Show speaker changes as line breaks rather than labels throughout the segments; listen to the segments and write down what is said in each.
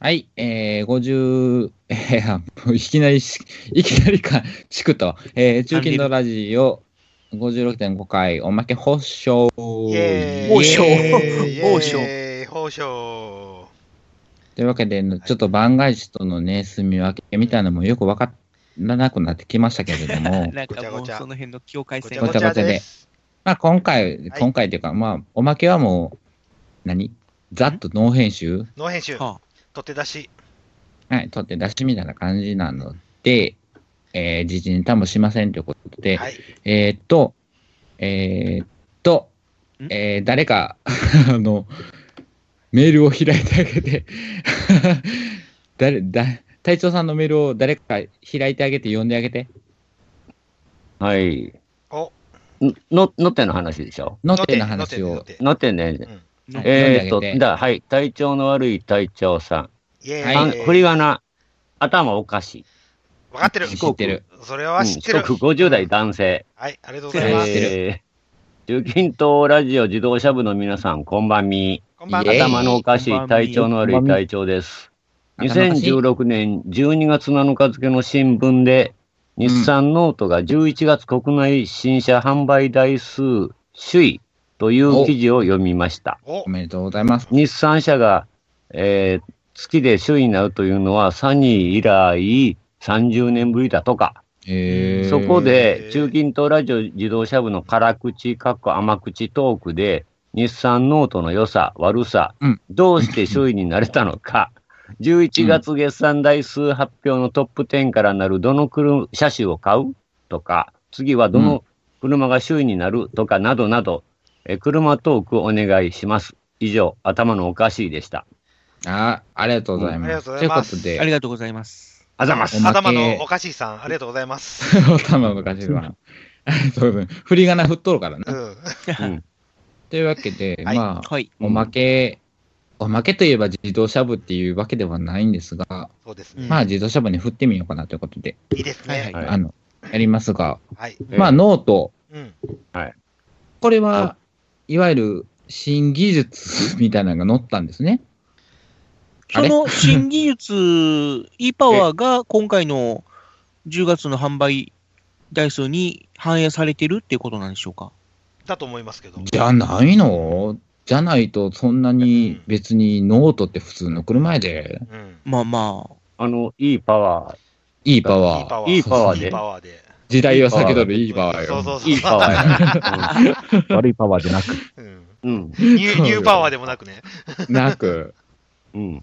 はい、えー、50、えーあ、いきなりし、いきなりか、チクと、えー、中金のラジオ56.5回おまけ放送。
イエーイ
王将
イエ
イエーイ
王将
王将
ーイ というわけで、ちょっと番外地とのね、住み分けみたいなのもよくわからなくなってきましたけれども、
なんかもう
ごちゃごちゃ
その辺の境界
ご
線
ちゃ
が
ごちゃです。
まあ今回、今回というか、まあ、おまけはもう、何ざっとノー編集
ノー編集、取
は
って出し。
はい、取って出しみたいな感じなので、えー、時事ネタもしませんということで、
はい。
えーっと、えーっと、
ん
えー誰か、 あの、メールを開いてあげて、 誰、だ、隊長さんのメールを誰か開いてあげて読んであげて。
はい。
お、
んの、のての話でしょ
のての話を
乗っ。て乗っ
のてね。
いの
え
えーっ
読ん
と、
であげて
だ、はい。体調の悪い隊長さ
てイエ
ん。
はい
あ
ーイ。
振り仮名、頭おかしい。
わかってる。
知ってる。
それ
う
は
ん
知ってる。
四国50代男性。
はい、ありがとうご
知
ざいます。
てる
えー、中近東ラジオ自動車部の皆さん、こんばんみ。
こんばん
イ
は。
エーイ
頭のおかし
こんばん
い
み
体調の悪い隊長です。
頭おかしい
2016年12月7日付の新聞で、日産ノートが11月国内新車販売台数首位という記事を読みました。
お
お、めでとうございます。
日産車が、えー月で首位になるというのは、サニー以来30年ぶりだとか、
えー、
そこ
へ
で
ー
中近東ラジオ自動車部の辛口、かっこ甘口トークで、日産ノートの良さ、悪さ、
うん
どうして首位になれたのか、11月月産台数発表のトップ10からなるどの車車種を買うとか、次はどの車が首位になるとかなどなど、えー車トークをお願いします。以上、頭のおかしいでした。
あありがとうござい
あり
ま
が
す。
とうございます
という
あ
こ
りがとうございます。
あざます。
おまけ
頭のおかしいさん、ありがとうございます。
とで、頭のおかしいわ。ありがとうございます。振り仮名振っとるから
う
な。
ん。
うん
というわけで、
はい
まあ、
はい。
おまけ、おまけといえば自動車部っていうわけではないんですが、
そうです
う
ね
ん。
まあ自動車部に振ってみようかなということで、
いいです
はい
ね。
はい
あの、やりますが、
はい。
まあ
えー
ノート、
うん。
これは、いわゆる新技術みたいなのが載ったんですね。あ
そ
れ
の新技術、e パワーが今回の10月の販売台数に反映されてるっていうことなんでしょうか。
だと思いますけど。
じゃないのじゃないと、そんなに別にノートって普通の車やで、
うん。
まあま
あの、いいパワ
いいパ
いい
ワー、
パワー。
ー。いいパワー
いい
で
パ。ワーで。
時代を避けとるいいパワー
そう
よ。
そうそう。
いいパワ ーや。
悪いパワーじゃなく。
うん
うん。
ニューニューパワーでもなくね。
なく、
うん。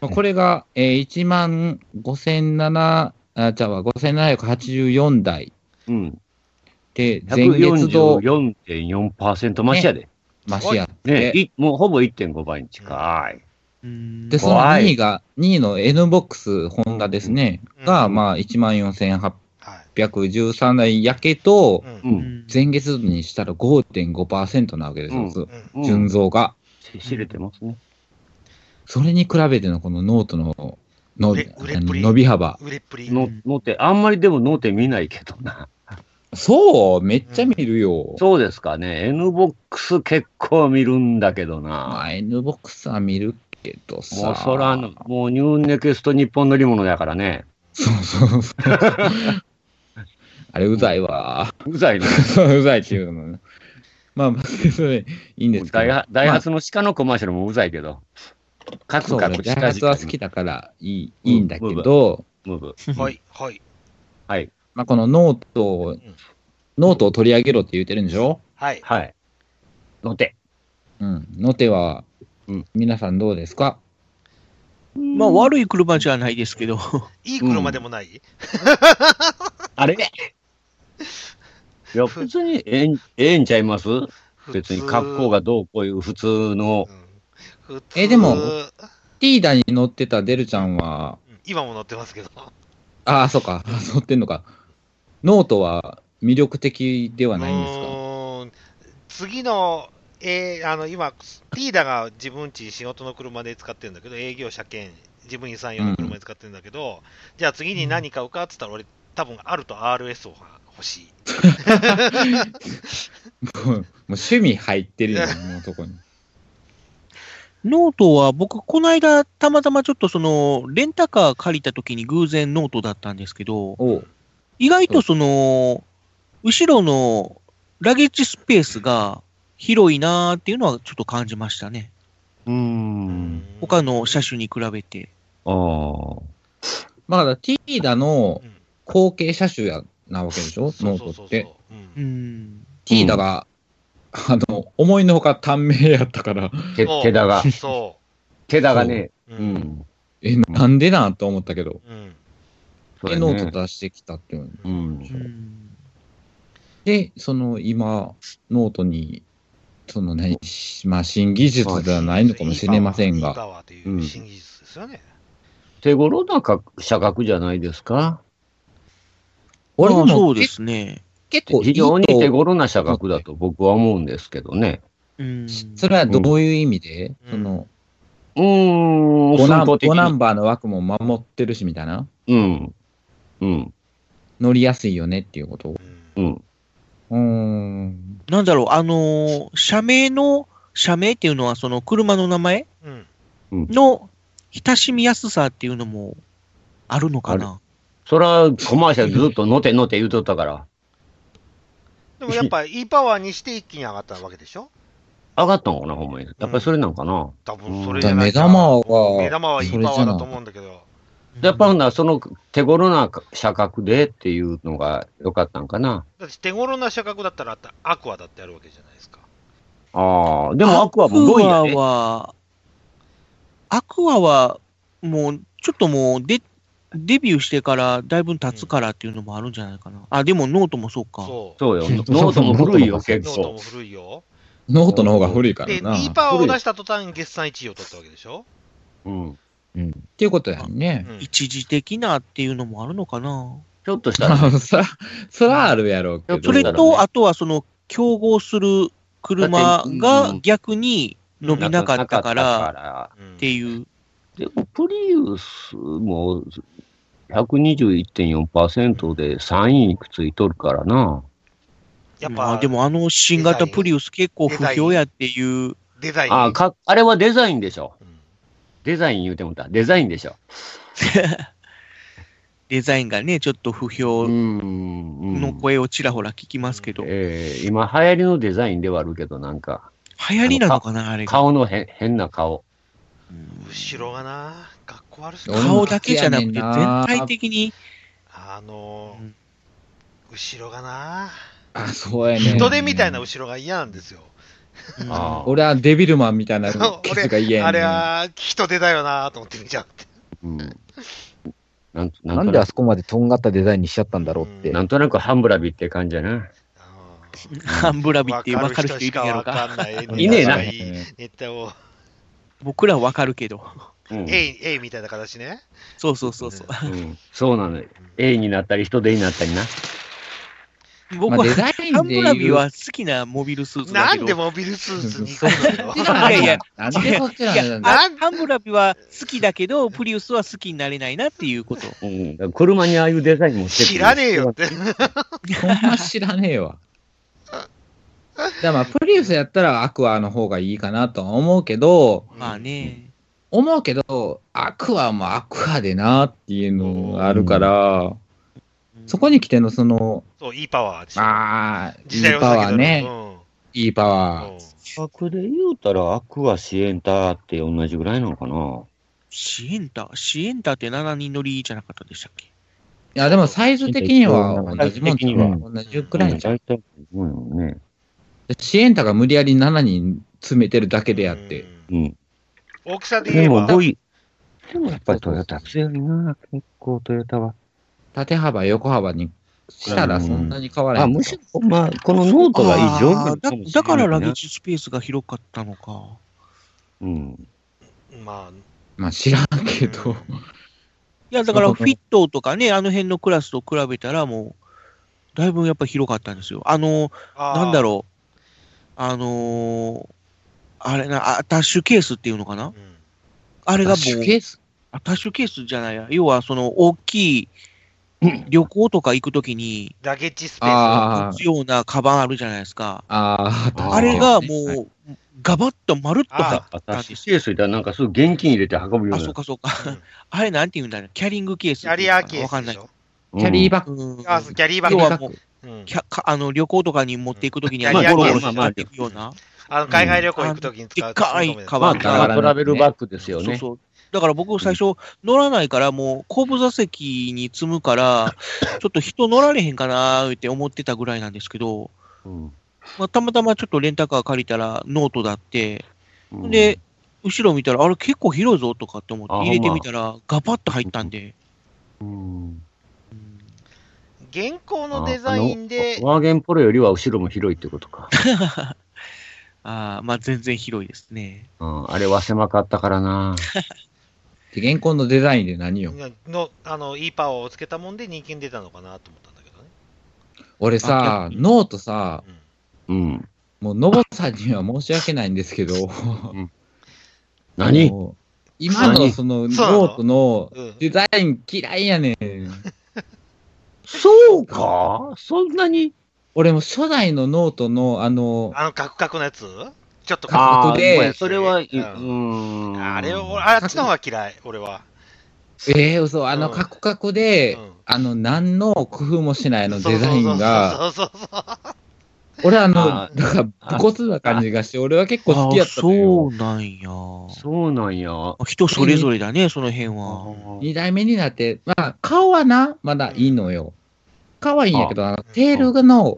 まあこれが、えー、1万5007、あ、じゃあ5784台
うん。
で、前月度
144.4%増しやで。
増しやって、
ね、いもうほぼ1.5倍に近い。
あ。うーん
で、その2位が、2位の N-BOX ホンダですね、
うん
が、
うん
まあ、14,813
はい。
台やけど、
うん
う。
うんん
前月度にしたら5.5%なわけですよ、
うん
うん
純増が。
し知れてますね。
それに比べてのこのノートのの
売れ売れっぷり
伸び幅。
売れっぷり。
の、のて、あんまりでものて見ないけどな。
そうめっちゃ見るよ。
そうですかね。NBOX 結構見るんだけど
ま
な。
あ、N-BOX は見るけどさ。
もうそら、もうニューネクスト日本乗り物だからね。
そうそう そう。あれ、うざいわ。
うざいね。
そううざいっていうのね。まあ、まあそれ、いいんですけ
ダイ
ど。
ハダイハツの鹿のコマーシャルもうざいけど。カ
そ
ク
う
カ
だ
ク
ね、
鹿
ダイハツは好きだからいい,、いいんだけど、
ムーブ。
はい。はい。
はい。
まあ、このノートを、ノートを取り上げろって言ってるんでしょ
はい。
はい。のて。
うん。の手は、
うん
皆さんどうですか
まあ悪い車じゃないですけど、
いい車でもない
あれいや、別にええん、ええんちゃいます別に格好。がどうこういう普通の
普通。うん普通
えでもティーダに乗ってたデルちゃんは、
今も乗ってますけど。
ああ、そうか、 乗ってんのか。ノートは魅力的ではないんです
う
か
ーん次の、えーあの今、ティーダが自分ち仕事の車で使ってるんだけど、営業車兼、自分員さん用の車で使ってるんだけど、じゃあ次に何買うかって言ったら、俺、多分あると RS を欲しい。
もう趣味入ってるよね、もうそこに。
ノートは僕、この間、たまたまちょっとその、レンタカー借りた時に偶然ノートだったんですけど、
おう
意外とその、後ろのラゲッジスペースが広いなーっていうのはちょっと感じましたね。
うーん。
他の車種に比べて。
ああ。
まあ、だからティーダの
うん
後継車種やなわけでしょ、
そう
ノ
そう
ー
そ
トっ
うそう
て。
うん
うん。
ティーダが、あの、思いのほか短命やったから、
手
そう
手だ が、
そ
手だがね、
う。う
う。ん。
え、なんでなんと思ったけど、
うん。
そう
で、
やね
ノート出してきたっていうの。
う。
うんん
で、その今、ノートに、その何、まあ、新技術ではないのかもしれません
いいパ
が、
ワーという新技術ですよね。
手頃なか社格じゃないですか。
俺で
まあそ
も
うで
結
すね。
結構い
非
いと
常に手頃な社格だと僕は思うんですけどね。
うん。
それはどういう意味で、
うん
その
うーん、
5ナン
寸法的
5
に
ナンバーの枠も守ってるしみたいな、
うん。うん。
乗りやすいよねっていうことを。
うん
うん。
うーん。
なんだろう、あのー社名の、社名っていうのは、その車の名前
うん。
の親しみやすさっていうのもあるのかな。
そら、コマーシャルずっとのてのて言うとったから、
でもやっぱ E パワーにして一気に上がったわけでしょ
上がったんかな、ほんまに。やっぱりそれなんかな。
多分それじ
だ
ゃ
から
ない
目
かな
玉は、
目玉は E
それ
パ
じ
ワ
ゃ
ーだ
な
と
い
思うんだけど。
やっぱほんならその手頃な社格でっていうのが良かったんかな。
だって手頃な社格だったらあったアクアだってあるわけじゃないですか。
ああ、でもアクアも5位や
アクア
ね。
は、アクアは、もう、ちょっともう、で、デビューしてから、だいぶ経つからっていうのもあるんじゃないかな。あ、でもノートもそうか。
そう。
そうよ。ノートも古いよ、結
ノートも
構。
古いよ。
ノートの方が古いか
で、
ら
E
な。っ
パワーを出した途端、月産1位を取ったわけでしょ。
うん。
ていうことやん
う
ね。
ん
一時的なっていうのもあるのかな。
ちょっとしたら、
まあ そら、そらあるやろうけ
そ
ど。
そ
れ
れ
だ
と、
ろうね
あとはその、競合する車
だってう
が
ん
逆に伸びなかったからっ
ら。
うん
ていう。
でも、プリウスも121.4%で3位いくついとるからな。
やっ
まあ
ぱ
でもあの新型プリウス結構不評やっていう。
デザイン。
あか、あれはデザインでしょ。
うん
デザイン言うてもた。デザインでしょ。
デザインがね、ちょっと不評
んうん
の声をちらほら聞きますけど、流
えー今流行りのデザインではあるけど、なんか、
行りなのかな、あれが。
顔のへん変な顔。
後ろがな、かっこ悪すぎる
顔だけじゃなく
俺
て、全
も好きやねんな
体的に、
あのー
うん
後ろがな、
あ、そうやね。
人手みたいな後ろが嫌なんです
う
よ。
ん
あ
俺はデビルマンみたいな
そう
ケツが嫌やねん
あれは人手だよなと思って見ちゃうって。
うん、なんな
なんん
と
で
な
あ
く
そこまでとんがったデザインにしちゃったんだろうって。
なんとなくハンブラビって感じやな。
あ
ハンブラビって
ー
分かる人い
し
る
か
んやろ
わ
か。
かんない。
いねえな
ネタを、
僕らは分かるけど。
うん
えい、えいみたいな形ね。
そうそうそうそう。
うん、そうなのよ。A になったり、人手になったりな。
僕
まあ
は、
デザインで言う
ハンブラビは好きなモビルスーツだ
な
け
ん
ど。
でモビルスーツに行
そ
く
う
のよ。
いやいや
なんでそっち
いや
なんだ。
あハンブラビは好きだけど、プリウスは好きになれないなっていうこと。
うん、だから車にああいうデザインもしてくる
知らねえよって。
ほんま知らねえわ。だからまあ、プリウスやったらアクアの方がいいかなとは思うけど、
まあね。
思うけど、アクアもアクアでなっていうのがあるから、そこに来てのその、
そう、いいパワーでしょ。
ああ、い
時
い
代を
パワ
避
ー
けて
ね
る。、うん
いいパワー。
近くで言うたら、アクアシエンターって同じぐらいなのかな。
シエンタ、シエンタって7人乗りじゃなかったでしたっけ
いや、でもサイズ的には同じもん
サイズ的
じ
に
ゃ
は
ん。同じくらいじゃん。
大体、うんね。
シエンタが無理やり7人詰めてるだけであって
う。ん
うん。
大きさで言
で
え
も
ば、
5位。でもやっぱりトヨタ強いな。結構トヨタは。
縦幅、横幅にしたらそんなに変わらへ
あ、
ん。
むしろ、まあ、このノートが異常な
あ
の
ーだ
かもしれないな
だからラゲッジスペースが広かったのか。
うん。
まあ、
まあ知らんけど。
いや、だからフィットとかね、あの辺のクラスと比べたらもう、だいぶやっぱ広かったんですよ。あの、
あー
なんだろう。あのーあれな、アタッシュケースっていうのかな
うん
あれがもう、
シュケース
アタッシュケースじゃないや。要は、その、大きい旅行とか行くときに、
ラゲッジスペースを
あ
持つようなカバンあるじゃないですか。
あ、あー
あれがも、
はいう
ガバッとまるっと入
あ
ったん
私、
です
ケースいたらなんかすぐ現金入れて運ぶよ
あ
う
そう
な。
かそうか。
うん
あれなんて言うんだろう。キャリングケースって
キ
い
ャ
う
リ
のかな。わかんない
アケースでし。ょ。
キャリー
バ
バッグ。
うん
あ、そうキャリーバ
要
ッ
は
グ。
もう
うん
キャかあの旅行とかに持っていくときに、
うん
あの
まあ
ゴロゴロ
まあ
し
まあ
ていくような。
あの海外旅行行くとき
で
に使う
っかいカ
ま
バ
あ、
ン
だから
トラベルバッグですよ
そう
ね。
そう。だから僕最初乗らないから、もう後部座席に積むから、ちょっと人乗られへんかなーって思ってたぐらいなんですけど、
うん
まあ、たまたまちょっとレンタカー借りたらノートだって、
うん
で、後ろ見たら、あれ結構広いぞとかって思って
あ
入れてみたら、ガバッと入ったんで、
うん
現行のデザイン
あ
で
あのワーゲンポロよりは後ろも広いってことか。
あーまあ全然広いですね。
うん、あれは狭かったからな。
で、現行のデザインで何よ。
のあのいいパワーをつけたもんで人気に出たのかなと思ったんだけどね。
俺さ
あ、逆に
ノートさ、
うん
うん。
もう、のぼさんには申し訳ないんですけど、
何
もう今の
何
そのノ
そうなの
ートの
うん
デザイン嫌いやねん。
そうかそんなに
俺も初代のノートの、あの、
あのカクカクのやつちょっと
あー
カクカクの
で
やつ
それは、う
うん
ん。
あれを、あっちの方が嫌い、俺は。
ええ嘘、あ
う
の、
ん
カクカクで、
うん
あの、何の工夫もしないあのデザインが、
そうそうそうそうそう
俺あの、
あ
なんか、武骨な感じがして、俺は結構好きやった
あ
の
ーそ
よ。
うなんや。
そうなんや。あ
人それぞれだね、その辺は。
ー
二代目になって、まあ、顔はな、まだいいのよ。顔はいいんやけど、あのテールの、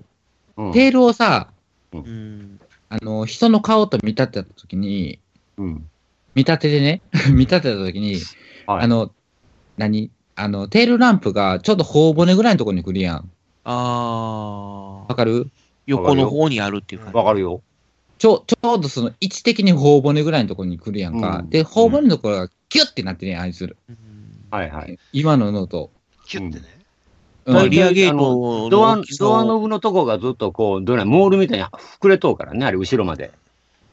うん
テールをさ、
うん、
あの、人の顔と見立てたときに、
うん
見立てでね、 見立てたときに、
はい
あの、何あの、テールランプがちょっと頬骨ぐらいのところに来るやん。
あ
わ
あ、
かる
横の方にあるっていう感じ。
わかるよ。
ちょ、ちょうどその位置的に頬骨ぐらいのところに来るやんか。
うん
で、頬骨のところがキュッてなってるやん、あいつ。
うん
はいはい。
今のノート。
キュッてね。
うん
まあ
大体
リアゲー
あ
ト
の
の
ドア
大き、さを
ドアノブのとこがずっとこう、どうやらモールみたいに膨れとうからね、あれ後ろまで。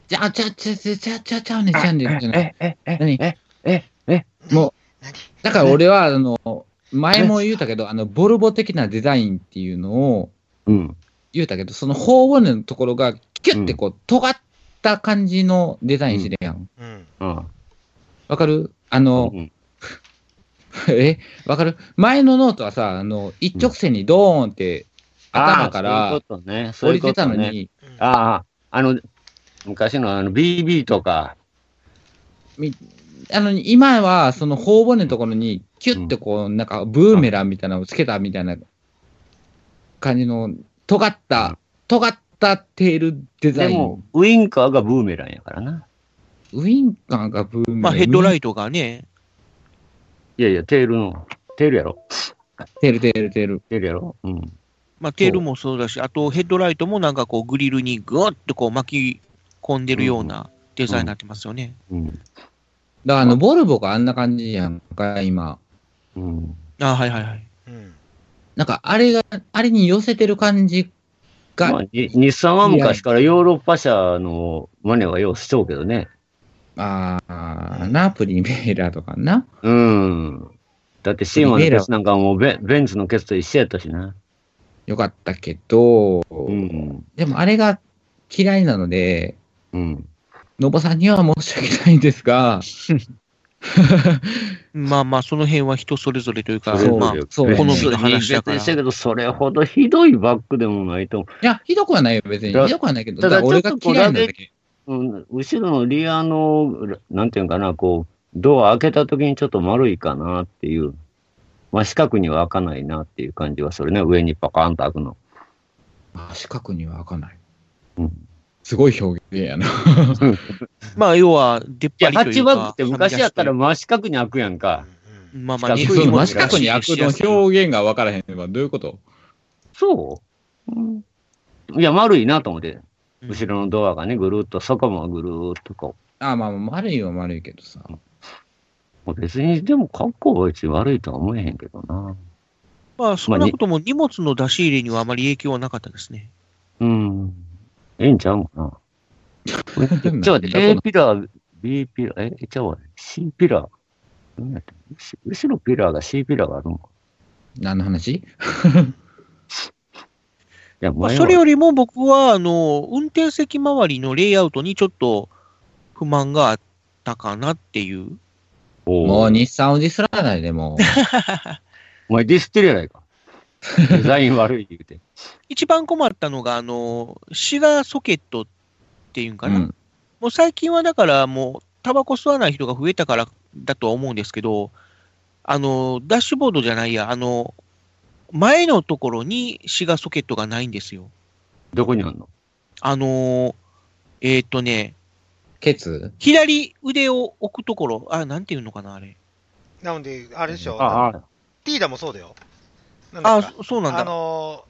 じゃあ、ちゃ、ちゃ、ちゃ、ちゃ、ちゃ、ちゃうねん、ちゃうねん、じゃない。
え、え、
何
え、え、え、
もう、
何
だから俺は、あの、前も言うたけど、あの、ボルボ的なデザインっていうのを
うん。
言うたけど、その頬骨のところがキュッてこう、尖った感じのデザインしてるやん。
うん。
うん。
わかるあの、
うん
え、わかる前のノートはさ、あの、一直線にドーンって頭か
あー
ら
そういうことね。そ
降
ういう
り
こ
てた
と
の
ね。
に、
うん
ああ、あの、昔のあの BB とか、
あの、今は、その頬骨のところに、キュッてこう、なんか、ブーメランみたいなのをつけたみたいな感じの、尖っ
う
た、尖ったテールデザ
で
イ
も
ン。、
ウインカーがブーメランやからな。
ウインカーがブーメラン。
まあヘッドラ
イ
イトがね、
いやいや、テールの、テールやろ
ト。テール、テール、テール。
テールやろうん。
まあテールもそうだし、あとヘッドライトもなんかこうグリルにぐわっとこう巻き込んでるようなデザインになってますよね。
うん。
だから、あの、ボルボがあんな感じやんか、今。
うん。
ああはいはいはい。
うん
なんか、あれが、あれに寄せてる感じが、
まあ、に日産は昔からヨーロッパ車のマネはようしちゃうけどね。
あーな、プリメーラーとかな。
うん。だってシーマンのケツなんかもうベベンツのケツと一緒やったしな。
よかったけど、
うん。
でもあれが嫌いなので、
うん。
のぼさんには申し訳ないんですが、
まあまあその辺は人それぞれというか、
それぞれ
まあ
そう
別に
好
みの話やから
別にしたけど、それほどひどいバッグでもないと思
いや、ひどくはないよ、別に。
だ
ひどくはないけど、
た
だ
だ
から俺が嫌いなだ
ちょっと
け。
う。うん。後ろのリアの、なんていうんかな、こう、ドア開けた時にちょっと丸いかなっていう。まあ、四角には開かないなっていう感じはするね。上にパカンと開くの。
あ四角には開かない。
うん。
すごい表現やな。
まあ要は出っ
いや、
張
ハ
りと
ッ
い
チ
う
バッグ
か
っ。て昔やったら
はみ
真四角に開くやんか。
出し
うん
まあまあ
四
日
角
そ
本
い
の
も
真四角に開くの表現が分からへんのはどういうこと
そう、いや、丸いなと思って。
うん
後ろのドアがね、ぐるっと、そこもぐるっとこ
あーまあ、丸いは丸いけどさ。
う。もう別に、でも、格好は別に悪いとは思えへんけどな。
まあ少なくとも荷物の出し入れにはあまり影響はなかったですね。
うん。ええんちゃうかな。
ち
ちょっと待って、A ピラー、B ピラー、え、ちゃうわ、C ピラー。どうやって後後ろピラーが C ピラーがあるのか。
何の話
や、
まあ、
前
それ
は
よりも僕は、あの、運転席周りのレイアウトにちょっと不満があったかなっていう。
おう
もう日産をディスらないで、も
お前ディスってるやないか。デザイン悪い言うて。
一番困ったのが、あの、シガーソケットっていうん
う。
か
う
な。
ん。
もう最近はだから、もう、タバコ吸わない人が増えたからだとは思うんですけど、あの、ダッシュボードじゃないや、あの、前のところにシガーソケットがないんですよ。
どこにあんの
あの、えーっ、とね、
ケツ
左腕を置くところ、あ、なんていうのかな、あれ。
なので、あれでしょ、
ああ、
ティーダもそうだよ。なんだ
あ、
っけ
そそうなんだ。
あの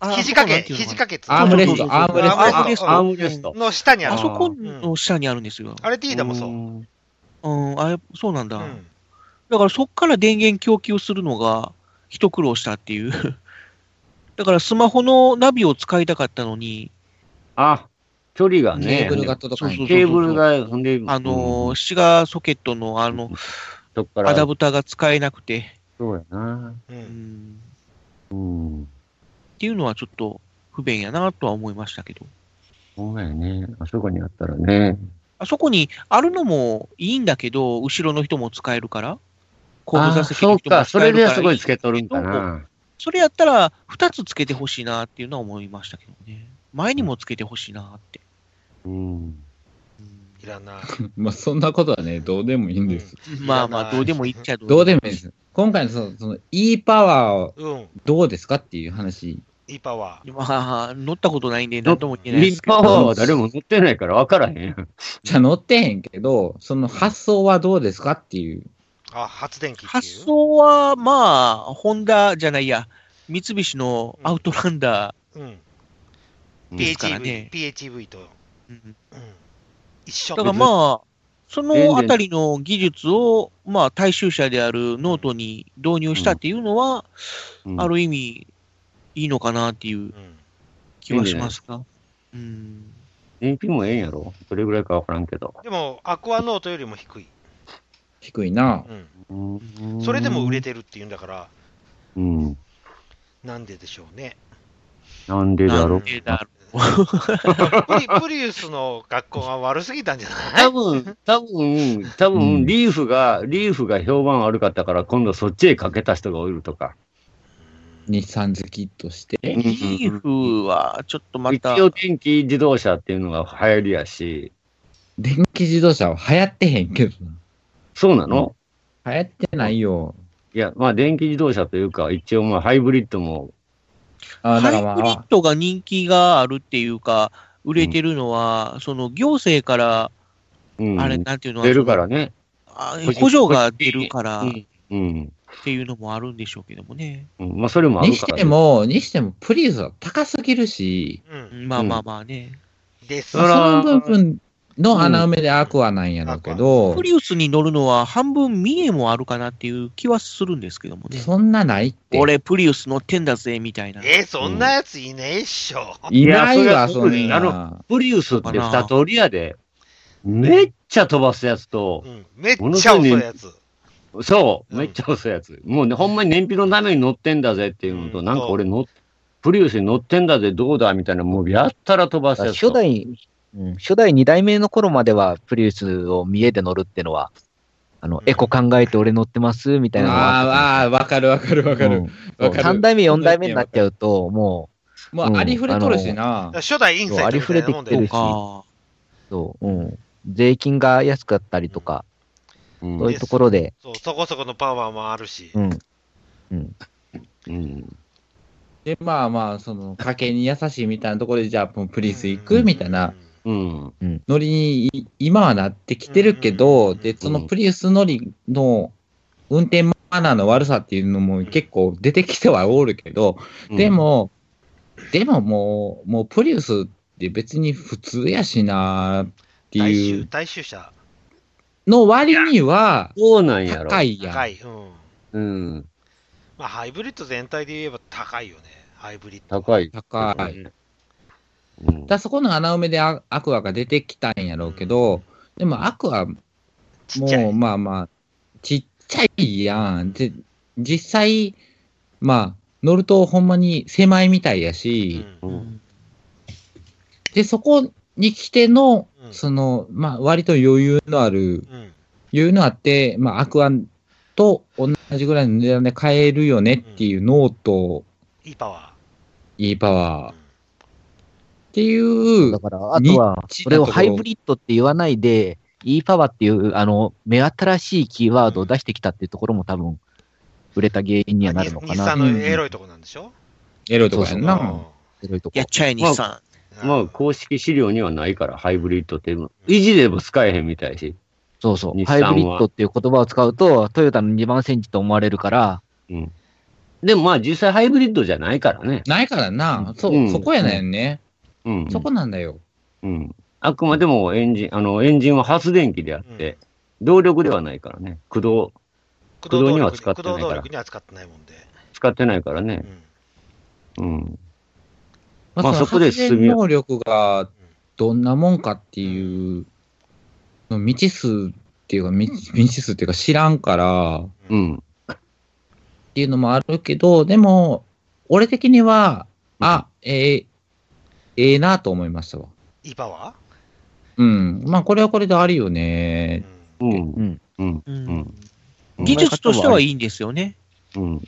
あ
ー、肘掛け、
なんていうの
肘
かな
掛けつ
アームレス
そうそうそう
ト、アームレス
アー
ト。
ムレスト
アームレスト。
の下に
あ
ある。
そこの下にあるんですよ。
あれティーダもそう。うん
う。
うん、あれ、そうなんだ。だからそっから電源供給するのが一苦労したっていう。 だからスマホのナビを使いたかったのに、
あ、距離が
ケ
ね。
ーブルが届かない
そうそう。
ケーブルが、ほんで、
あのー
うん
シガーソケットのあの、
そっから、
アダプターが使えなくて、
そうやな。
うんう
うんん、
うん。
っていうのはちょっと不便やなとは思いましたけど。
そうやね。あそこにあったらね。
あそこにあるのもいいんだけど、後ろの人も使えるから、後部座席
あ
の
そう
人も
か、そ
使え
れ
るから
ですごいつけとるんかな。
それやったら2つつけてほしいなっていうのは思いましたけどね。前にもつけてほしいなって。
うん。
いらない。
まあ、そんなことはね、どうでもいいんです。
うん
まあまあ、どうでもいいっちゃど
どうでもい
い
いです。今回のその、その、e パワーを
うん、
どうですかっていう話。
いいパワー。
まあ、乗ったことないんで、何とも言えないです
立
けど。
派は誰も乗ってないから分からへん。
じゃ乗ってへんけど、その発想はどうですかっていう。
あ、発電機っていう。
発想は、まあ、ホンダじゃないや、三菱のアウトランダ
うん。
ですから
PHEV、
ね
PHEV と、
ー。うん
うん、一
だ
緒。
からまあ、そのあたりの技術を、まあ、大衆車であるノートに導入したっていうのは、
うん
ある意味、いいのかなっていう
うん
気はしますが。うん。
燃費もええんやろ。どれぐらいか分からんけど。
でも、アクアノートよりも低い。
低いな。
う
うん
ん。それでも売れてるっていうんだから、
うん。
なんででしょう ね。
なんでだ
なん
ろう。
でだろう。
プリプリウスの学校が悪すぎたんじゃない
多分、多分、多
う
分、
ん
リーフが、リーフが評判悪かったから、今度そっちへかけた人がおるとか。
日産好きとして。
リ
リーフは、ちょっとま
一
た、
応電気自動車っていうのが流行りやし、
電気自動車は流行ってへんけど
そうなの、
な。流行ってないよ。
いや、まあ電気自動車というか、一応まあハイブリッドも、
あだ
ハ
か
イ
らま
ブリッ
あ、
ドが人気があるっていうか、売れてるのは、その行政から、
うん、
あれ、なんていうのは、
出るからね。
あ
個人
補助が出るからっ
うん。うん。
ていうのもあるんでしょうけどもね。
うんまあそれもある
に
か
し
ら、
ても、にしても、プリウスは高すぎるし、
うん。
まあまあまあね。
です
そ。の
ら
部分の穴埋めでアクアなんやろうけど
プ、リウスに乗るのは半分見えもあるかなっていう気はするんですけどもね。
そんなないって。
俺、プリウス乗ってんだぜ、みたいな。
えそんなやついねえっしょ。
いないわ、
いや
そ
そ
ん
れは
な。
プリウスって二通りやで。めっちゃ飛ばすやつと
う、ん、めっちゃ遅いやつ。
そう、
うん
めっちゃ押すやつ。もうね、ほんまに燃費のために乗ってんだぜっていうのと、
うん
なんか俺の、プリウスに乗ってんだぜ、どうだみたいな、もうやったら飛ばすやつと。
初代、うん、初代2代目の頃までは、プリウスを見栄で乗るってのは、あの、
うん
エコ考えて俺乗ってますみたいなのがあっ
あーあー、わかるわかるわ
た
か
んです
るわ
よ。
か
3
る。
代目、4代目になっちゃうと、も
もうありふれとるしな。
初代インサイトみたいなもんだ
あ
よね
りふれてきてる。
か。
う、そう、うん、税金が安かったりと
うん
か、そういうところで、
そうそこそこのパワーもあるし
う。ん、うん、
うん
で、まあまあ、その、家計に優しいみたいなところで、じゃあ、もうプリウス行
う
く
ん
みたいな。
うん。
ノリにい今はなってきてるけ
うんうん
ど、
うん
で、そのプリウス乗りの運転マナーの悪さっていうのも結構出てきてはおるけど、
うん
で、も、でももう、もうプリウスって別に普通やしなって
大
い
衆
う
大衆車。
の割には
そうなんやろ。
高いやん。
高い。うん。
うん。
まあ、ハイブリッド全体で言えば高いよね。ハイブリッド。い。
高い。
高い。だか
うん。
らそこの穴埋めでアアクアが出てきたんやろうけど、でもアクアも
ちっちゃい。
うまあまあ、ちっちゃいやん。で、実際、まあ、乗るとほんまに狭いみたいやし、
ん
う
うんん
で、そこに来ての、
うん
その、まあ、割と余裕のある、
うん
余裕のあって、まあ、アクアと同じぐらいの値段で買えるよねっていうノート、
いいパワ
いいパ
ー
ワーっていう
だ、から、あとは、
ニッチなところ
それをハイブリッドって言わないで、e パワーっていう、あの、目新しいキーワードを出してきたっていうところも多分、売れた原因にはなるのか
日産
な。
のエロいとこなんでしょ
エロとかやんな。
そうそ広いとこ
やっちゃえ、日産。
うん
まあ、公式資料にはないから、ハイブリッドって、維持でも使えへんみたいし。
そうそう。
日
ハ
産
イ
は
ブリッドっていう言葉を使うと、トヨタの2番センチと思われるから、
でもまあ、実際ハイブリッドじゃないからね。
ないからな。そ、
うん
そこやねんね。
うん。
そこなんだよ。
うん。あくまでもエンジン、あの、エンジンは発電機であって、動力ではないからね。駆動、
駆
駆動には使ってないか
駆
ら
動動力には使ってないもんで。
使ってないからね
う。ん
うん。
ま
まあ
の
そこで進
発
み
電能力がどんなもんかっていう、未知数っていうか、未未知数っていうか知らんからっ
うん。
ていうのもあるけど、でも、俺的には、あ、ええええなと思いましたわ。
いいパワ
うん。まあ、これはこれであるよ
ー
ね。
う。
うんん。
うん。
う
うんん。
技術としてはいいんですよね。
うん。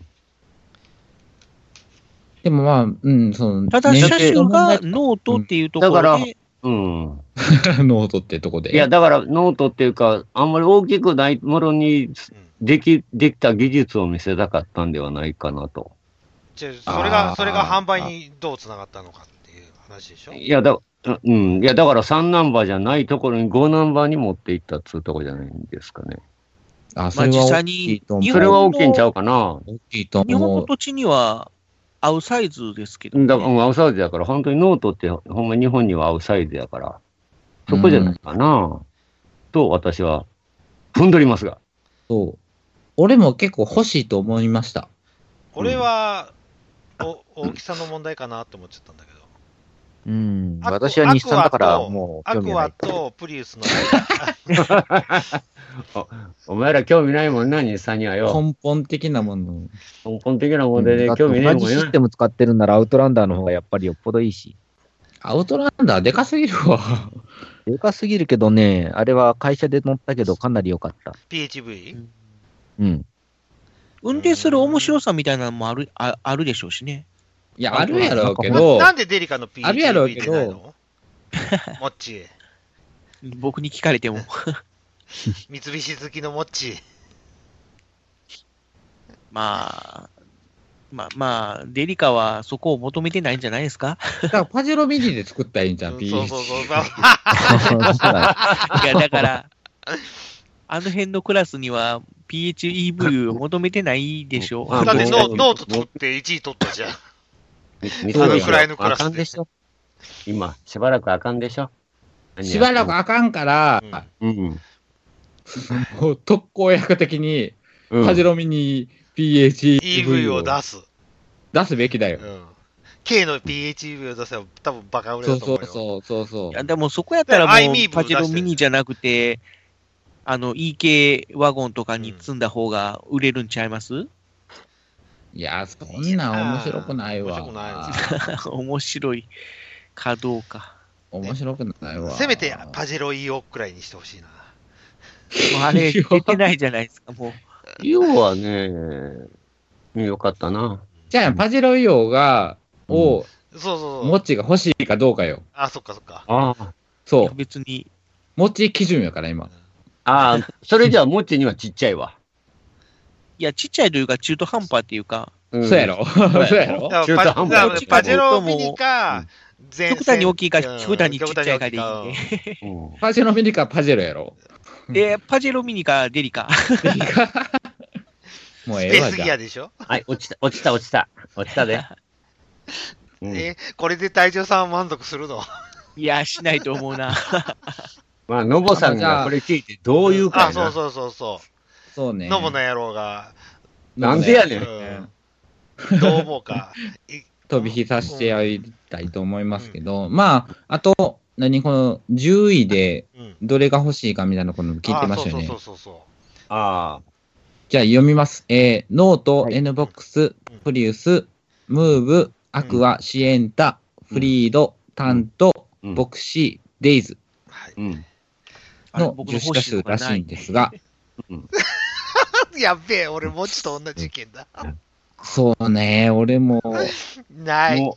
でもまあ、うん、その、
ただ、
年
車
齢
種
の問
が
題
ノートっていうとこ
だから
ろで、
うん。
ノートってとこで。
いや、だから、ノートっていうか、あんまり大きくないものに、
うんうん
でき、できた技術を見せたかったんではないかなと。
じゃあそれが
あー
それが販売にどうつながったのかっていう話でしょ。
いや、だ、うん。いや、だから3ナンバーじゃないところに5ナンバーに持っていったっつうとこじゃないんですかね。
あ、そ
まあ
れは
実
大
際
きい
に
と思う。
日
そ
本
れ
の
は大きいんちゃうかな。
大きいと
日本
思
の
う。
土地には合うサイズですけどね、
だから、うん合うサイズだから、本当にノートって、ほんま日本には合うサイズやから、そこじゃないかな、と私は踏んどりますが。
そう。俺も結構欲しいと思いました。
俺は、お大きさの問題かなって思っちゃったんだけど。
うん。
アク
私は日産だから、もう
ア
興味
ク
はな
ア
い。
とプリウスの。
お前ら興味ないもんな、日産にはよ。
根本的なもの。
根本的な問題
うんだ
で
って
興味ない
同
もん
じシ
よ
ス。テム使ってるんならアウトランダーの方がやっぱりよっぽどいいし。
アウトランダーでかすぎるわ。
でかすぎるけどね、あれは会社で乗ったけどかなり良かった。
PHV?
うん。
運転する面白さみたいなのもあるああるでしょうしね。
いや、あるやろうけ
な
ど、
なんでデリカの PHV
あるやろうけ
出
ど
ないのモッチ
僕に聞かれ ても。
ー。三菱好きのモッチー。
まあ、まあ、まあ、デリカはそこを求めてないんじゃないですか
だからパジェロミニで作ったらいいんじゃん、
うん
PH
そうそうそ
い
う。
や、だから、あの辺のクラスには PHEV を求めてないでしょ
あ
だってノ
もう
ノート取って1位取ったじゃん。
三
あの
菱
くらいのクラ
あか
ス
んで
で。
しょ。今、しばらくあかんでしょ。
しばらくあかんから、
うん。
もう特効薬的に、
うん。
パジェロミニ
EV
PHEV
を
を
出す。
出すべきだよ
う。ん。K の PHEV を出せば多分バカ売れ
そう
だと
そ
思う
う
よ。
そうそうそ
いうや、。でもそこやったらも
だから iMeeV
う、パジェロミニじゃなくて、あの、EK ワゴンとかに積んだ方が売れるんちゃいます、
いや、そんなん面白くない
面白くない
わ。
面白いかどうか。
面白くないわ。
せめてパジェロ EO くらいにしてほしいな。
もうあれ、出てないじゃないですか、もう。
要はね、よかったな。
じゃあ、パジェロイオが、を、
そうそうそう
モ。ッチが欲しいかどうかよ。
あ、そっかそっか。
ああ。
そう。
別に、
モッチ基準やから、今。
ああ、それじゃあ、もっちにはちっちゃいわ。
いや、ちっちゃいというか、中途半端っていうか、
うん
そうやろそうやろ
だか
中
ら
途
パ
半端
だからパジェロミニか、全
極端に大きいか、
うん
極端にちっちゃいかでいいんで。
うん
パジェロミニかパジェロやろ。
で、パジェロミニか、デリか。
いいかもう
ス
え
ペ
えわ
ース
じ
ギ
ゃ
ア
あ。
でしょ、
はい、落ちた、落ちた、落ちた。落ちたで。 うん
え、これで隊長さん満足するの
いや、しないと思うな。
まあ、のぼさんがこれ聞いてどういうか
あ、
や
そう
な。
そうそうそ
そう
う。
ね。
ノボの野郎が、
なんでやね。
うんん、どう思うか。
飛び火させてやりたいと思いますけど、まあ、あと、何、この10位で
うん。
どれが欲しいかみたいなことも聞いてましたよ
あ
ね
そう。そうそうそう
ああ。
じゃあ読みます。えーノート、
はい
N ボックス、プリウス、ムーブ、アクア、シエンタ、フリード、タント、
うん
ボクシー、デイズ
はい
うん。
あれ
の
僕
女子
方
多
針
数
とからな
しいんですが、
やっべえ、俺、もちと同じ意見だ。
そうね、俺も、
ない。
もう、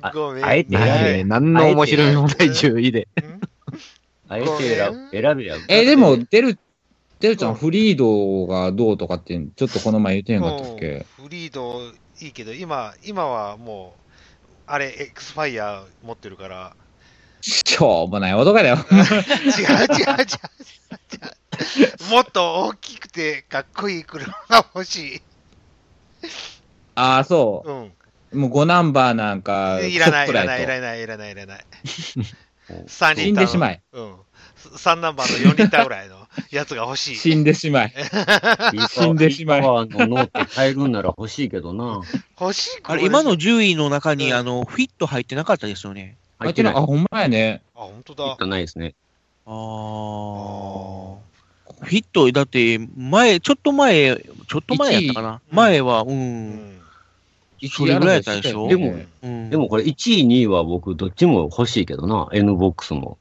あ
ごめん。
あえて
な
や
い
れ
ね。何の面白みもない10位で。
うん
あえて選べ選べや。
え、で
だ
も、
って、
デル、デルちゃ
うん
ん、フリードがどうとかって、ちょっとこの前言ってへんかったっけ
うんフリードいいけど、今、今はもう、あれ、エクスファイア持ってるから、
しょうもない男だよ。
違う違う違う違う。もっと大きくてかっこいい車が欲しい。
ああ、そ
う
う。
ん。
もう5ナンバーなんか、
いらない、
ト
い
ップラ
ら
イト
ない、いらない、いらない、いらない。3リッターの
死んでしまえ。
うん。3ナンバーの4リッターぐらいのやつが欲しい。
死んでしまい。死んでしまい
いいパワーの脳って変えるんなら欲しいけどな。
欲しい
あれ、今の
あ、
10位の中
う
に、
ん
あの、フィット入ってなかったですよね。
あ、てなあ、
入
ほんまやね。
本当
っ
だ
て。ないですね。
あ
あ
ー
ー。
フィット、だって、前、ちょっと前、ちょっと前やったかな。
位
前は、う。
うんん。
それぐらいやったでしょ
で
で
も
も、
うん
でも、これ1位、2位は僕どっちも欲しいけどな。N ボックスも。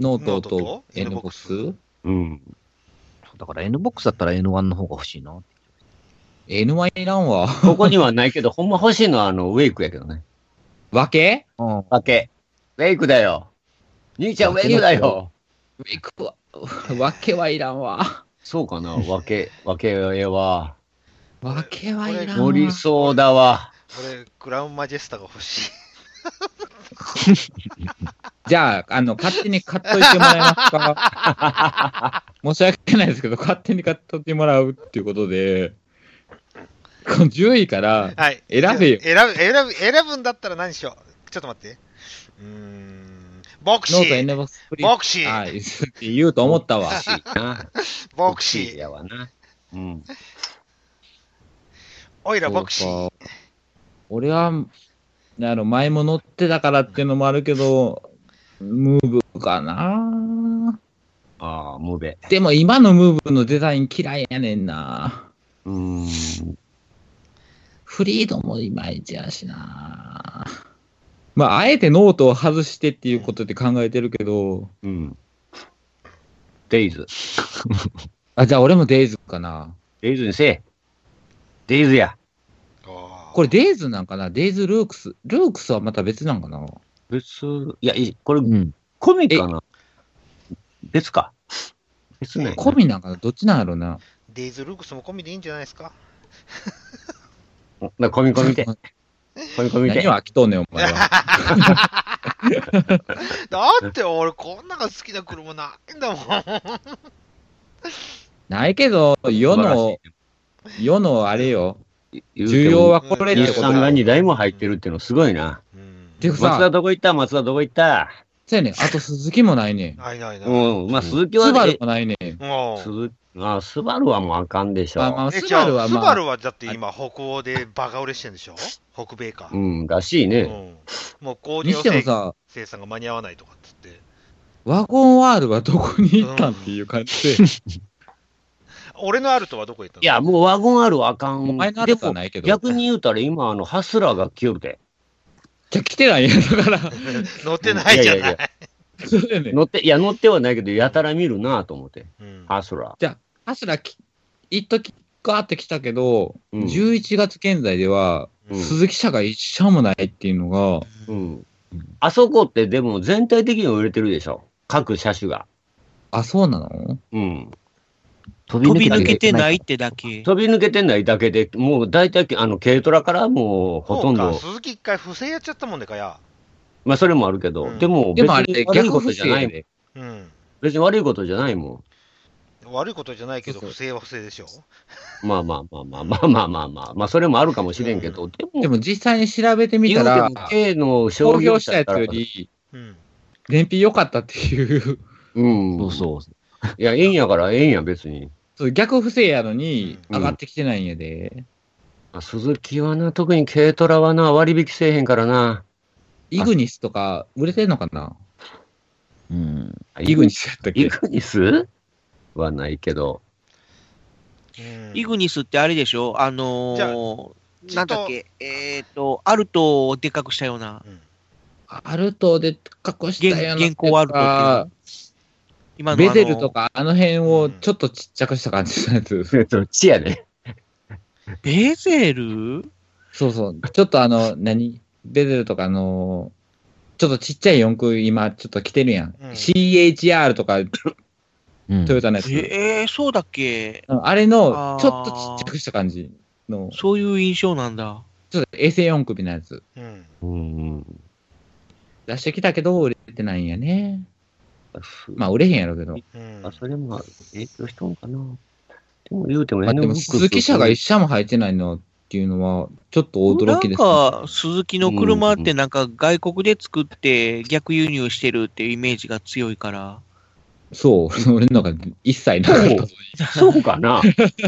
ノート
ノー
と
トと
N ボックス
N
うん。
だから NBOX だったら N1 の方が欲しいな。
?N1 いらんわ。
ここにはないけど、ほんま欲しいのはあの、ウェイクやけどね。
わけ
うん。ウ
わけ。ウェイクだよ。兄ちゃん、ウェイクだよ。
ウェイクは、わけはいらんわ。
そうかな、わけ、わけは。
わけはいらん
乗
わ。
りそうだわ。
俺、クラウンマジェスタが欲しい。
じゃあ、あの、勝手に買っといてもらえますか 申し訳ないですけど、勝手に買っといてもらうっていうことで、この10位から、
はい。
選べよ
選ぶ、選ぶ、選ぶんだったら何しよう。ちょっと待って。うーん。ボクシ
ノート
ー。
N ボックスフリー
ボクシ
あ
ー。
って 言うと思ったわ。
な
ボクシー。
やわな。うん。
おいらボクシー。
そうか俺は、なる前も乗ってたからっていうのもあるけど、ムーブかな
ああ、ムベ。
でも今のムーブのデザイン嫌いやねんな
うーん。
フリードもいまいちやしなまあ、あえてノートを外してっていうことで考えてるけど、
うん。デイズ。
あ、じゃあ俺もデイズかな
デイズにせえ。デイズや。
これ
で、
デイズなんかなデイズ・ルークス。ルークスはまた別なんかな
別、いや、いこれ、
ん。
コミかな別か。別ね。
コミなんかなどっちなんやろうな
デイズ・ルークスも込みでいいんじゃないですか。
なコミコミで。コミコミで
何。は飽きとんねん、お前は。
だって俺、こんなが好きな車ないんだもん。
ないけど、世の、世のあれよ、需要はこれって
日
こと
産
だ
が。2台も入ってるっていうのすごいな。
うん
でも
松
さ
田、どこ行った松田どこ行った
そうやねんあと鈴木もないねん。
ないないない。
うん。まあ、鈴木は
スバル
ね、
もないねん。
もう
鈴あスバルはもうあかんでしょ。
まあまあ、
え、
ス
じ
バ
ゃ
ル
あ、
は
ス
ま
バ
あ、
ルはだって今、北欧でバカ売れしてんでしょ北米か。
うん、らしいうね。
ん。もう工
に
業
しても
生
さ、
生産が間に合わないとかっつって。
ワゴンワールはどこに行ったんっていう感じで、
俺のアルトはどこ行ったの
いや、、もうワゴンあるわあかん。
お前のあれはないけど。
でも逆に言うたら今、あの、ハスラーが来よるで。
じゃ来てないやんだ から、
乗ってないじゃ
いや
ない
や
い。
そうだよね。
乗って、いや、乗ってはないけど、やたら見るなと思って。
うん
ハスラ
ハスラーき、一時ガーって来たけど、
うん
11月現在では、
うん
鈴木車が一社もないっていうのが、
ー。うん。あそこってでも全体的に売れてるでしょ。各車種が。
あ、そうなの
うん。
飛。
飛び抜けてないいってだけ。
飛び抜けてないだけで、もう大体、あの、軽トラからもうほとん
そうか
ど、
鈴木一回不正やっちゃったもんねかや。
まあそれもあるけど、
うん
でも
で
別
もあれ
に、悪い
逆
こと
不
じゃな
正
い。
で。
うん。
別に悪いことじゃないも
悪いことじゃないけど、
そうそう
不正は不正でしょ。
ん。まあまあまあまあまあまあまあまあ、まあそれもあるかもしれんけど、でも、
でも実際に調べてみ
言
た
う
ら
て、も K の商
公
業
表したやつよ
者やっ
り、
うん。
燃費良かったっていう、
たら。うん。
そうそう。
いや、ええんやからええんや、別に。
そう逆不正やのに
うん
上がってきてないんやで。
あ鈴木はな、特に軽トラはな、割引せえへんからな。
イグニスとか売れてんのかな
うん。
イグニスやったっけ
イグニスはないけど。
うん
イグニスってあれでしょあの
じゃ
ー
ちょ
な
っ
んだっ
と、
け、えっ、と、アルトをでっかくしたような、
うん
アルトで格好したような
原原稿アルトっていう
あ
今の
ベ
あ
ゼ
の
ルとか、あの辺をちょっとちっちゃくした感じのやつ。
えっと、血やね。
ベゼル
そうそう。ちょっとあの、何ベゼルとかあのちょっとちっちゃい四駆今ちょっと来てるやん。
うん
CHR とか
うん
トヨタのやつ。
えー、そうだっけ
うんあれの
あー
ちょっとちっちゃくした感じの、
そういう印象なんだ。
ちょっと衛星四駆のやつ。
うん。
うんうん。
出してきたけど売れてないんやね。まあ売れへんやろうけど。
うん
あ、それも影響したのかな。でも言うても
まあでも鈴木車が一社も入ってないのっていうのはちょっと驚きです、ね。
なんか、鈴木の車ってなんか外国で作って逆輸入してるっていうイメージが強いから、
そう。 俺の中で一切なかった。
そうかな。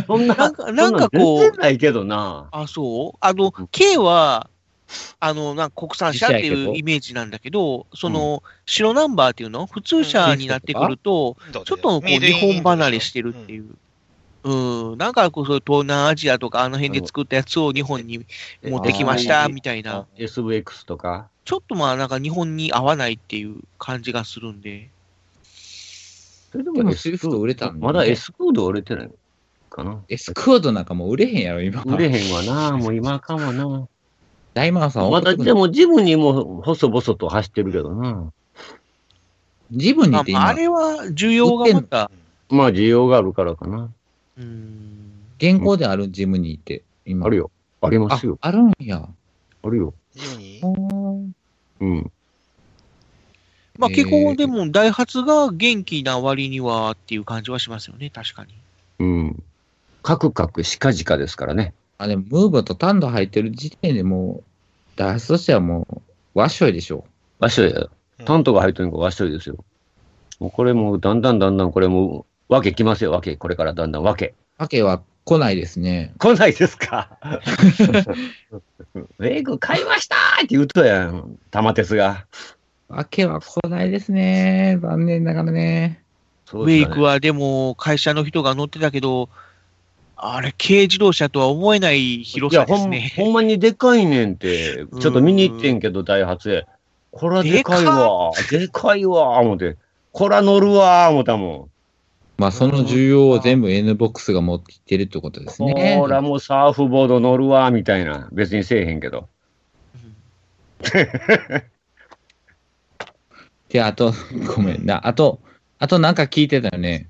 そんな、
なんかなんかこう
そんなん全然ないけどな。
あ、そうあの
うん、
K は、あの、なんか国産車って
実際やけ
い
ど
うイメージなんだけど、その、白ナンバーっていうの普通車になってくると、
どう
ちょっとこう、日本離れしてるっていう。うん、なんかこう、そういう東南アジアとか、あの辺で作ったやつを日本に持ってきました、みたいな。
SVX とか。
ちょっとまあ、なんか日本に合わないっていう感じがするんで。
それで
でも
S
スイフト売れたんだね
まだ S コード売れてないかな。
エスコードなんかもう売れへんやろ、今。
売れへんわな。もう今あかんわな。
大魔王さん、
まだでもジムにも細々と走ってるけどな。
ジムに
ま
っ
あ
て、
まああ
今、
れは需要がまた、
まあ需要があるからかな。
うん、
現行であるジムにって、今。
あるよ。ありま
あ
すよ。
あるんや。
あるよ。
ジムに
うん。
まあ
えー
結構でも、ダイハツが元気な割にはっていう感じはしますよね、確かに。
うん。カクカクしかじかですからね。
あ、でも、ムーブとタンド入ってる時点でもう、ダースとしてはもう、和尚でしょ。
和尚や。担当が入ってるのが和尚ですよ。もうこれもうだんだんだんだんこれもうわけきますよ、わけ。これからだんだんわけ。
わけは来ないですね。
来ないですか。メイク買いましたーって言うとやん、玉鉄が。
わけは来ないですね。残念ながらね。
ウ
ウェイクはでも、会社の人が乗ってたけど、あれ、軽自動車とは思えない広さです
いや
ね。
ほん。ほんまにでかいねんって、
ん
ちょっと見に行ってんけど、ダイハツへ。こらでかいわ、でかいわ、思って。こら乗るわ、思ったもん。
まあ、その需要を全部 N ボックスが持っていってるってことですね
こ。らもうサーフボード乗るわ、みたいな。別にせえへんけど。
で、あと、ごめんな。あと、あとなんか聞いてたよね。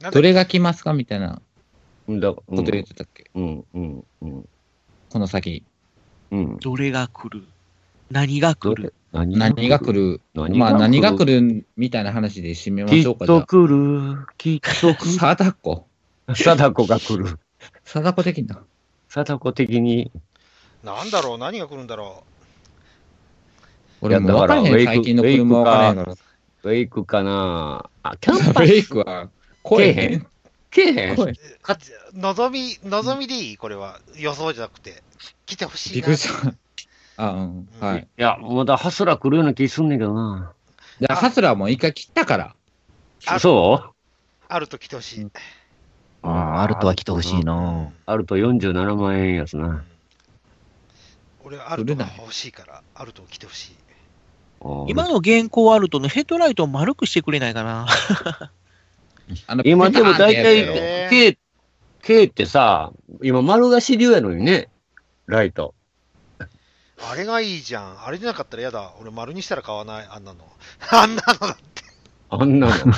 なんだ
どれが来ますかみたいな
うんだう
こと
ん
言ってたっけ、
うん、うん、うん。
この先。
うん、
どれが来る何が来
ど
る
れ何
何が来る
何
まあ何が来
る
るみたいな話で締めま
きっ
しょうか。じゃ
と来る、きっと
あ
来
貞子。
る。 貞子が来る。
貞子的な。
貞子的に
なんだろう、何が来るんだろ
俺も分から
いや
へん、
だから
最近の車分からへん から。
ウェイクかなあ、キャン
ブ
パ
レイ
ス
クは来えへん。
けえへん。
来えへん。
う。望み、望みでいいこれは。予想じゃなくて。来てほし
び
い
っ
な
く。りした。あ、うん。はい。
いや、まだハスラー来るような気すんねんけどな。
じゃあ、ハスラーもう一回切ったから。
あ
そ
あると来てほしい。
ああ、アルトは来てほしいな。
うあると47万円やつ
う
な。
ん俺はあるとが欲しいから、あると来てほしい。
今の現行アルトのヘッドライトを丸くしてくれないかな。
あの
今でも大
ペターンってやつやろ
ね
体、K、K ってさ、今丸が主流やのにね、ライト。
あれがいいじゃん。あれじゃなかったら嫌だ。俺丸にしたら買わない。あんなの。 あんなのだ
あんなの。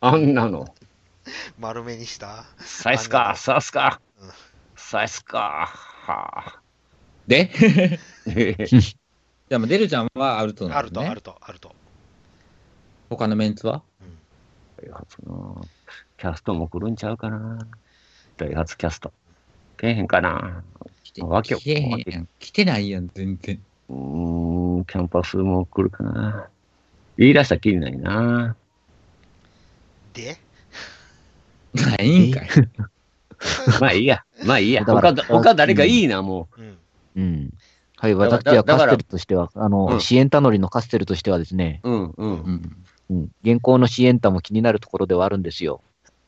あんなの。
丸めにした。
サイスか、サイスか
うん。
サイスか。はあ。
で、
ええ
でもデルちゃんはアルトなの、ね。
あると、あると、あると。
他のメンツは
ダイハツのキャストも来るんちゃうかな。ダイハツキャスト。来えへんかな。
来て
わけ
来てへんやん。来てないやん、全然。
うーん、キャンパスも来るかな。言い出したらきりないな。
で、
ないんかい。
まあいいや。まあいいや。
だか
他、
ら
他誰かいいな、も
うん。
うん。はい、
から
私は
だ
カ
か
ス
ら
テルとしては、あ
う
の、
ん
シエンタ乗りのカステルとしてはですね、
う。うん、う。
うんん。
うん、現行のシエンタも気になるところではあるんですよ。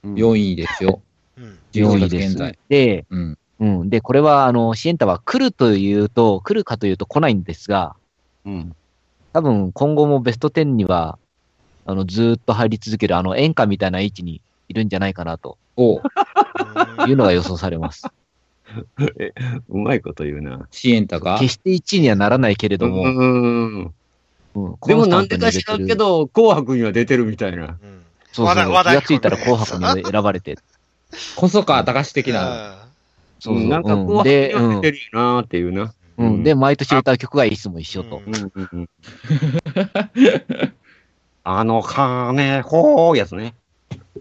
うん
4位ですよ。
うん。
4位
現
です
在。。
で、
うん。
うん。で、これは、あの、シエンタは来るというと、来るかというと来ないんですが、
うん。
多分今後もベスト10には、あの、ずーっと入り続ける、あの、演歌みたいな位置にいるんじゃないかなと
お
うん
いうのが予想さ れます。
うまいこと言うな。
シエンタが
決して1位にはならないけれども、
うん。
うん
でもなんでか知らんけ、
コンスタントに入れてる
ど、紅白には出てるみたいな。
うん
そう
話
そ
題
うそう
話
気
題
がついたら紅白に選ばれて、
細川隆史的な。
そうそう
なんか
うん
紅白
で
には出てるよなーっていうな。
う
うん
ん、で、毎年歌う曲がいつも一緒
う
と
ん。
うんうんうん あの金、ほーやつね。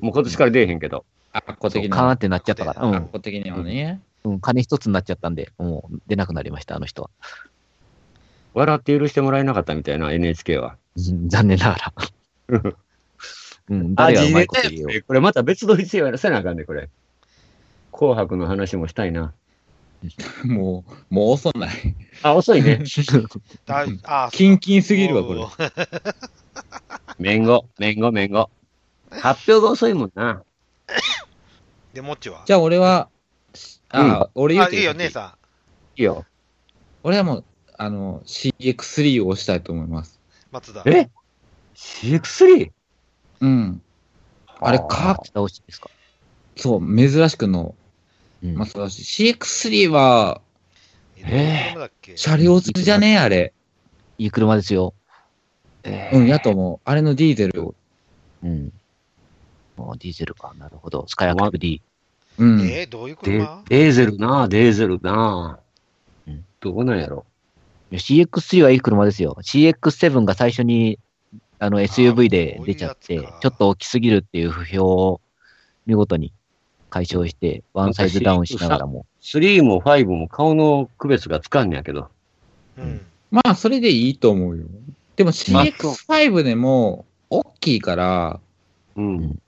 もう今年から出えへんけど。
あっこ
そう
的
カーン
な
っ。てなっちゃったから、う
あっ
ん
こ的にはね。
うん、金一つになっちゃったんで、もう出なくなりました、あの人は。
笑って許してもらえなかったみたいな、NHK は。
うん残念ながら。 うん、
あ、
誰がう
自
ま
然
いこと言 えよう。
これまた別撮りしてやらせなあかんね、これ。紅白の話もしたいな。
もう、もう遅ない。
あ、遅い ね。
だあ
キンキンすぎるわ、これ。
れ。
めんご、めんご、めんご。発表が遅いもんな。
で、もっちは
じゃあ俺は、あ、俺言う
あ、い
て
いよ、
いい
姉さ
いいよ。
俺はもう、あの、CX3 を押したいと思います。
ん、松田。
え ?CX3?
うん。あれ、か、
下押しですか。
そう、珍しくの、
うん
松田氏 CX3 は、
えどうだっけ
車両図じゃねえ、あれ。
いい車ですよ。
えー
うん、やと思う。あれのディーゼル。
うん。もうディーゼルか。なるほど。スカイアクティブ D。
うん。
えー、どういう
デ
車
デーゼルなあ、デーゼルなあ
うん。
どこなんやろ。
いや CX3 はいい車ですよ。CX7 が最初にあの SUV で出ちゃっ
こ
て、
ういうやつか
ちょっと大きすぎるっていう不評を見事に解消して、ワンサイズダウンしながらも。
3も5も顔の区別がつかんねやけど。
うん。
まあ、それでいいと思うよ。でも
まあ
CX5 でも、大きいから、
うん。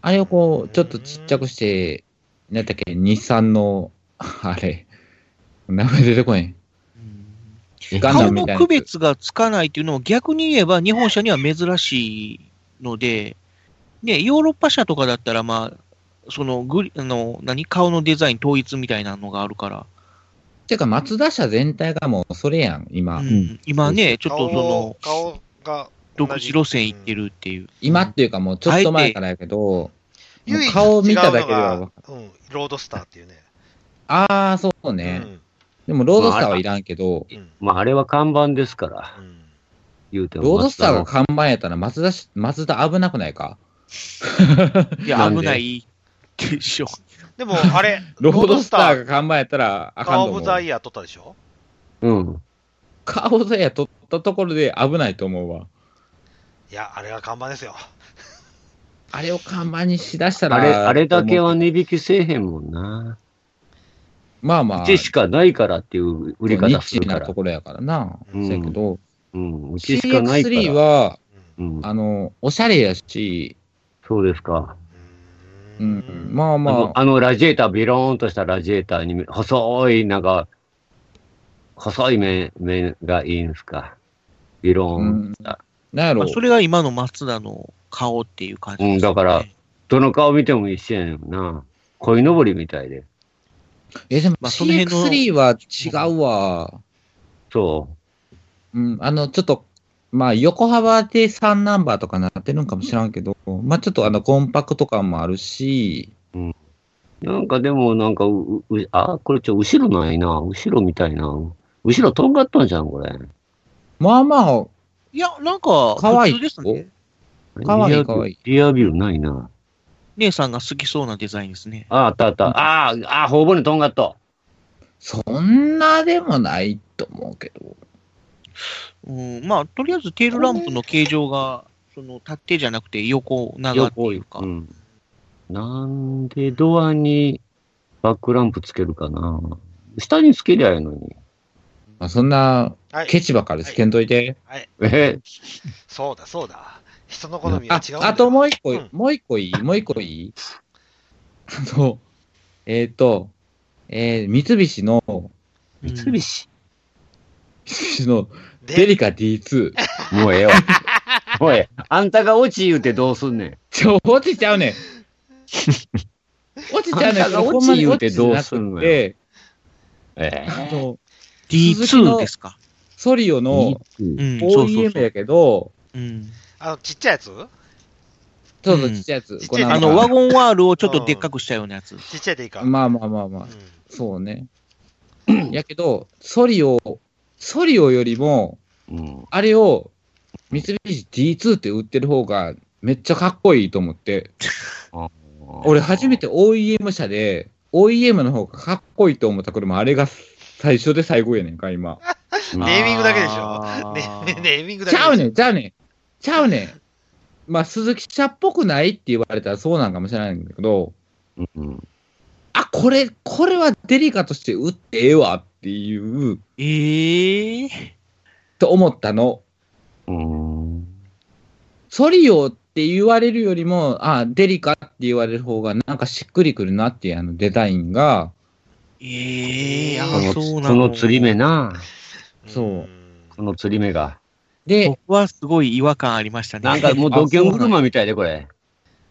あれをこう、ちょっとちっちゃくして、なんだっけ、日産の、あれ、名前出てこへん。
え
ガンダ
顔
ムみ
の
たいなやつ。
区別がつかないっていうのも逆に言えば日本車には珍しいので、ね、ヨーロッパ車とかだったら、まあ、そのグリあの何顔のデザイン統一みたいなのがあるから、
てか、松田社全体がもうそれやん、今。
うん今ね、ちょっとその
顔が
独自路線行ってるっていう。
今っていうかもうちょっと前からやけど、もう
唯一違うのが
顔見ただけでは分か
うん、ロードスターっていうね。
ああ、そうね。でも、ロードスターはいらんけど、
うん。うん。
まあ、あれは看板ですから、
うん
言うても。
ロードスターが
松
看板やったら、松田し、松田危なくないか、
いや、
なんで
危ないでしょ。
でも、あれ
ロードスターが看板やったら、あか
ロードスター、カ
ん
ー
と
オ
思
ブ
う。
ザイヤー取ったでしょ
田はうん。
カーオブザイヤー取ったところで危ないと思うわ。
いや、あれが看板ですよ。
あれを看板にしだしたら、
あれ、あれだけは値引きせえへんもんな。
まあまあ、
うちしかないからっていう売り
ニ
方
ッ
す
チ
るか
な
ら
と。ころやからな。
うん
そうやけど、
うん。うちしかないか
CX3
ら。
は、
う
うんん。
あの、おしゃれやし、
そうですか。
う
うん
ん、まあ
あの
まあ、
あのラジエーター、ビローンとしたラジエーターに、細い、なんか、細い面、面がいいんですか。ビロー
う
ン。
ん、なんやろ
まあ、それが今の松田の顔っていう感じです、ね
うんだからどの顔見ても一緒やねんな。鯉のぼりみたいで。
え、でも、
まあその辺の
CX3 は違うわ。
そ
うん、あの、ちょっと、まあ、横幅で3ナンバーとかなってるんかもしらんけど、まあ、ちょっとあの、コンパクト感もあるし、
う。なんかでも、なんかう、う、あ、これちょ、後ろないな。後ろみたいな。後ろとんがっとんじゃん、これ。
まあま
いや、なんか、
あ、かわい
普
い
通ですね。
かわいい
リア
かわいい
リアビューないな。
姉さんが好きそうなデザインですね。
あ、あったあった。あーあー、ほぼにとんがっと。
そんなでもないと思うけど。
うん、まあ、とりあえずテールランプの形状が、その、縦じゃなくて横長っていうか、
うん。なんでドアにバックランプつけるかな。下につけりゃいいのに。
まあ、そんな、
はい。
ケチばっかりつけんといて。
え
そうだ、そうだ。人の好み
あ
は違うんだよ。
あともう一個、
うん
もう一個いいもう一個いいあの、えっ、と、えー、三菱の、
うん
三菱。
三菱の
で
デリカ D2。
もうええわ。おい、あんたが落ち言うてどうすんねん。
ちょ、落ちちゃうねん。落ちちゃうねん。
あんたが落ち言うてどうすんのよ
で、
ええ
あの、鈴木
D2
の
ですか。
ソリオの
うん
うん、そうそう
OEM
そう。
やけど、
うん、
あの、ちっちゃいやつ
ちょっ
う
と
ん
ちっちゃいやつ
ちっ。ち
こ
ゃい
の
あ
間
の、ワゴンワールをちょっとでっかくしたようなやつ。
ちっちゃいでいいか。
まあまあまあ
う
まあ
ん、、
そうね。 やけど、ソリオ、ソリオよりも、
うん
あれを三菱 D2 って売ってる方がめっちゃかっこいいと思って、俺初めて OEM 車で、OEM の方がかっこいいと思った車、あれが最初で最後やねんか、今。
うん
ネーミングだけでしょ
ょ
ね、 ネーミングだ
ち
け
ゃうねん、ちゃうねん。ちゃうねん。まあ、鈴木車っぽくないって言われたらそうなんかもしれないんだけど、
うん
あ、これ、これはデリカとして売ってええわっていう、
ええ
と思ったの。
うん
ソリオって言われるよりも、あ、デリカって言われる方がなんかしっくりくるなっていうあのデザインが、
ええ
あ
こ
あ、
の
そう
こ
なの。
の釣り目な、
そうん
この釣り目が。
で、
僕はすごい違和感ありましたね。
なんかもうドキュン車みたいで、これ。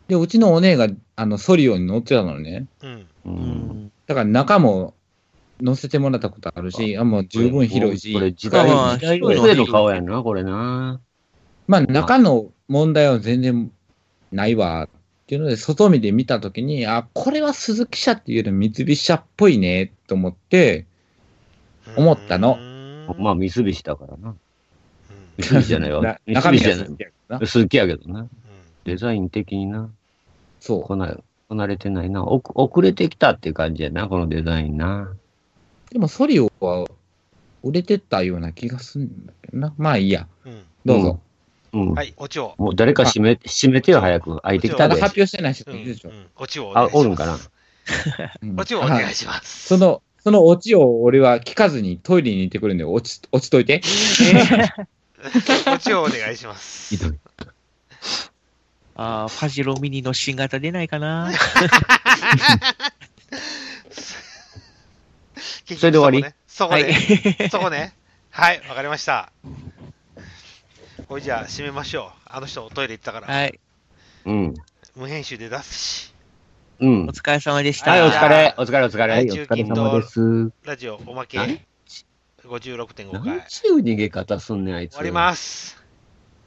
で、うちのお姉が、あの、ソリオに乗ってたのね。
うん。
う
うんん。
だから中も乗せてもらったことあるし、あもう十分広いし
こ、れ時
まあ
代
ま
の
あ
時代の上の顔やんな、これな。
まあ中の問題は全然ないわっていうので、外見で見たときに、あ、これは鈴木車っていうより三菱車っぽいねと思って、思ったの
うん
まあ、三菱だからな。
うん
三菱じゃないわ
な。
三
中身
菱じ
が
ゃな
鈴
い
木やからな。
鈴木やけどな。
うん
デザイン的にな。
そ
こな、こなれてないな。おく遅れてきたって感じやな、このデザインな。
う。でもソリオは売れてったような気がするんだけどな。まあいいや。
うん
どうぞ。
うん。
はい、オチを。
もう誰か閉め、閉めてよ、早く。開いてきた
まだ
で
発。表してない人
う
い
ん
るでしょ
う。んオチをお願
あ
いし、ます。
おるんかな。
うん
オチをお願
あ
いします。
その、そのオチを俺は聞かずにトイレに行ってくるんで、落ち、落ちといて。
オチを お願いします。
ひどい
ああ、パジロミニの新型出ないかな。
結局
それで終わり
そこ
はい
ね。。 そこね。はい、わかりました。これじゃあ、閉めましょう。あの人、おトイレ行ったから。
はい。
うん。
無編集で出すし。
うん
お。疲れ様でした。
はい、お疲れ、お疲れ、お
は
疲
い
れ。
お
中
疲れ
金
様
と
です。
ラジオ、おまけ
何
56.5回。
何
終
ちゅう逃げ方すんねん、あいつ。
わります。
す。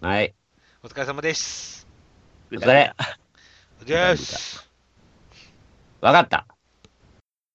はい。
お疲れ様です。
お疲れ。
です。
わかった。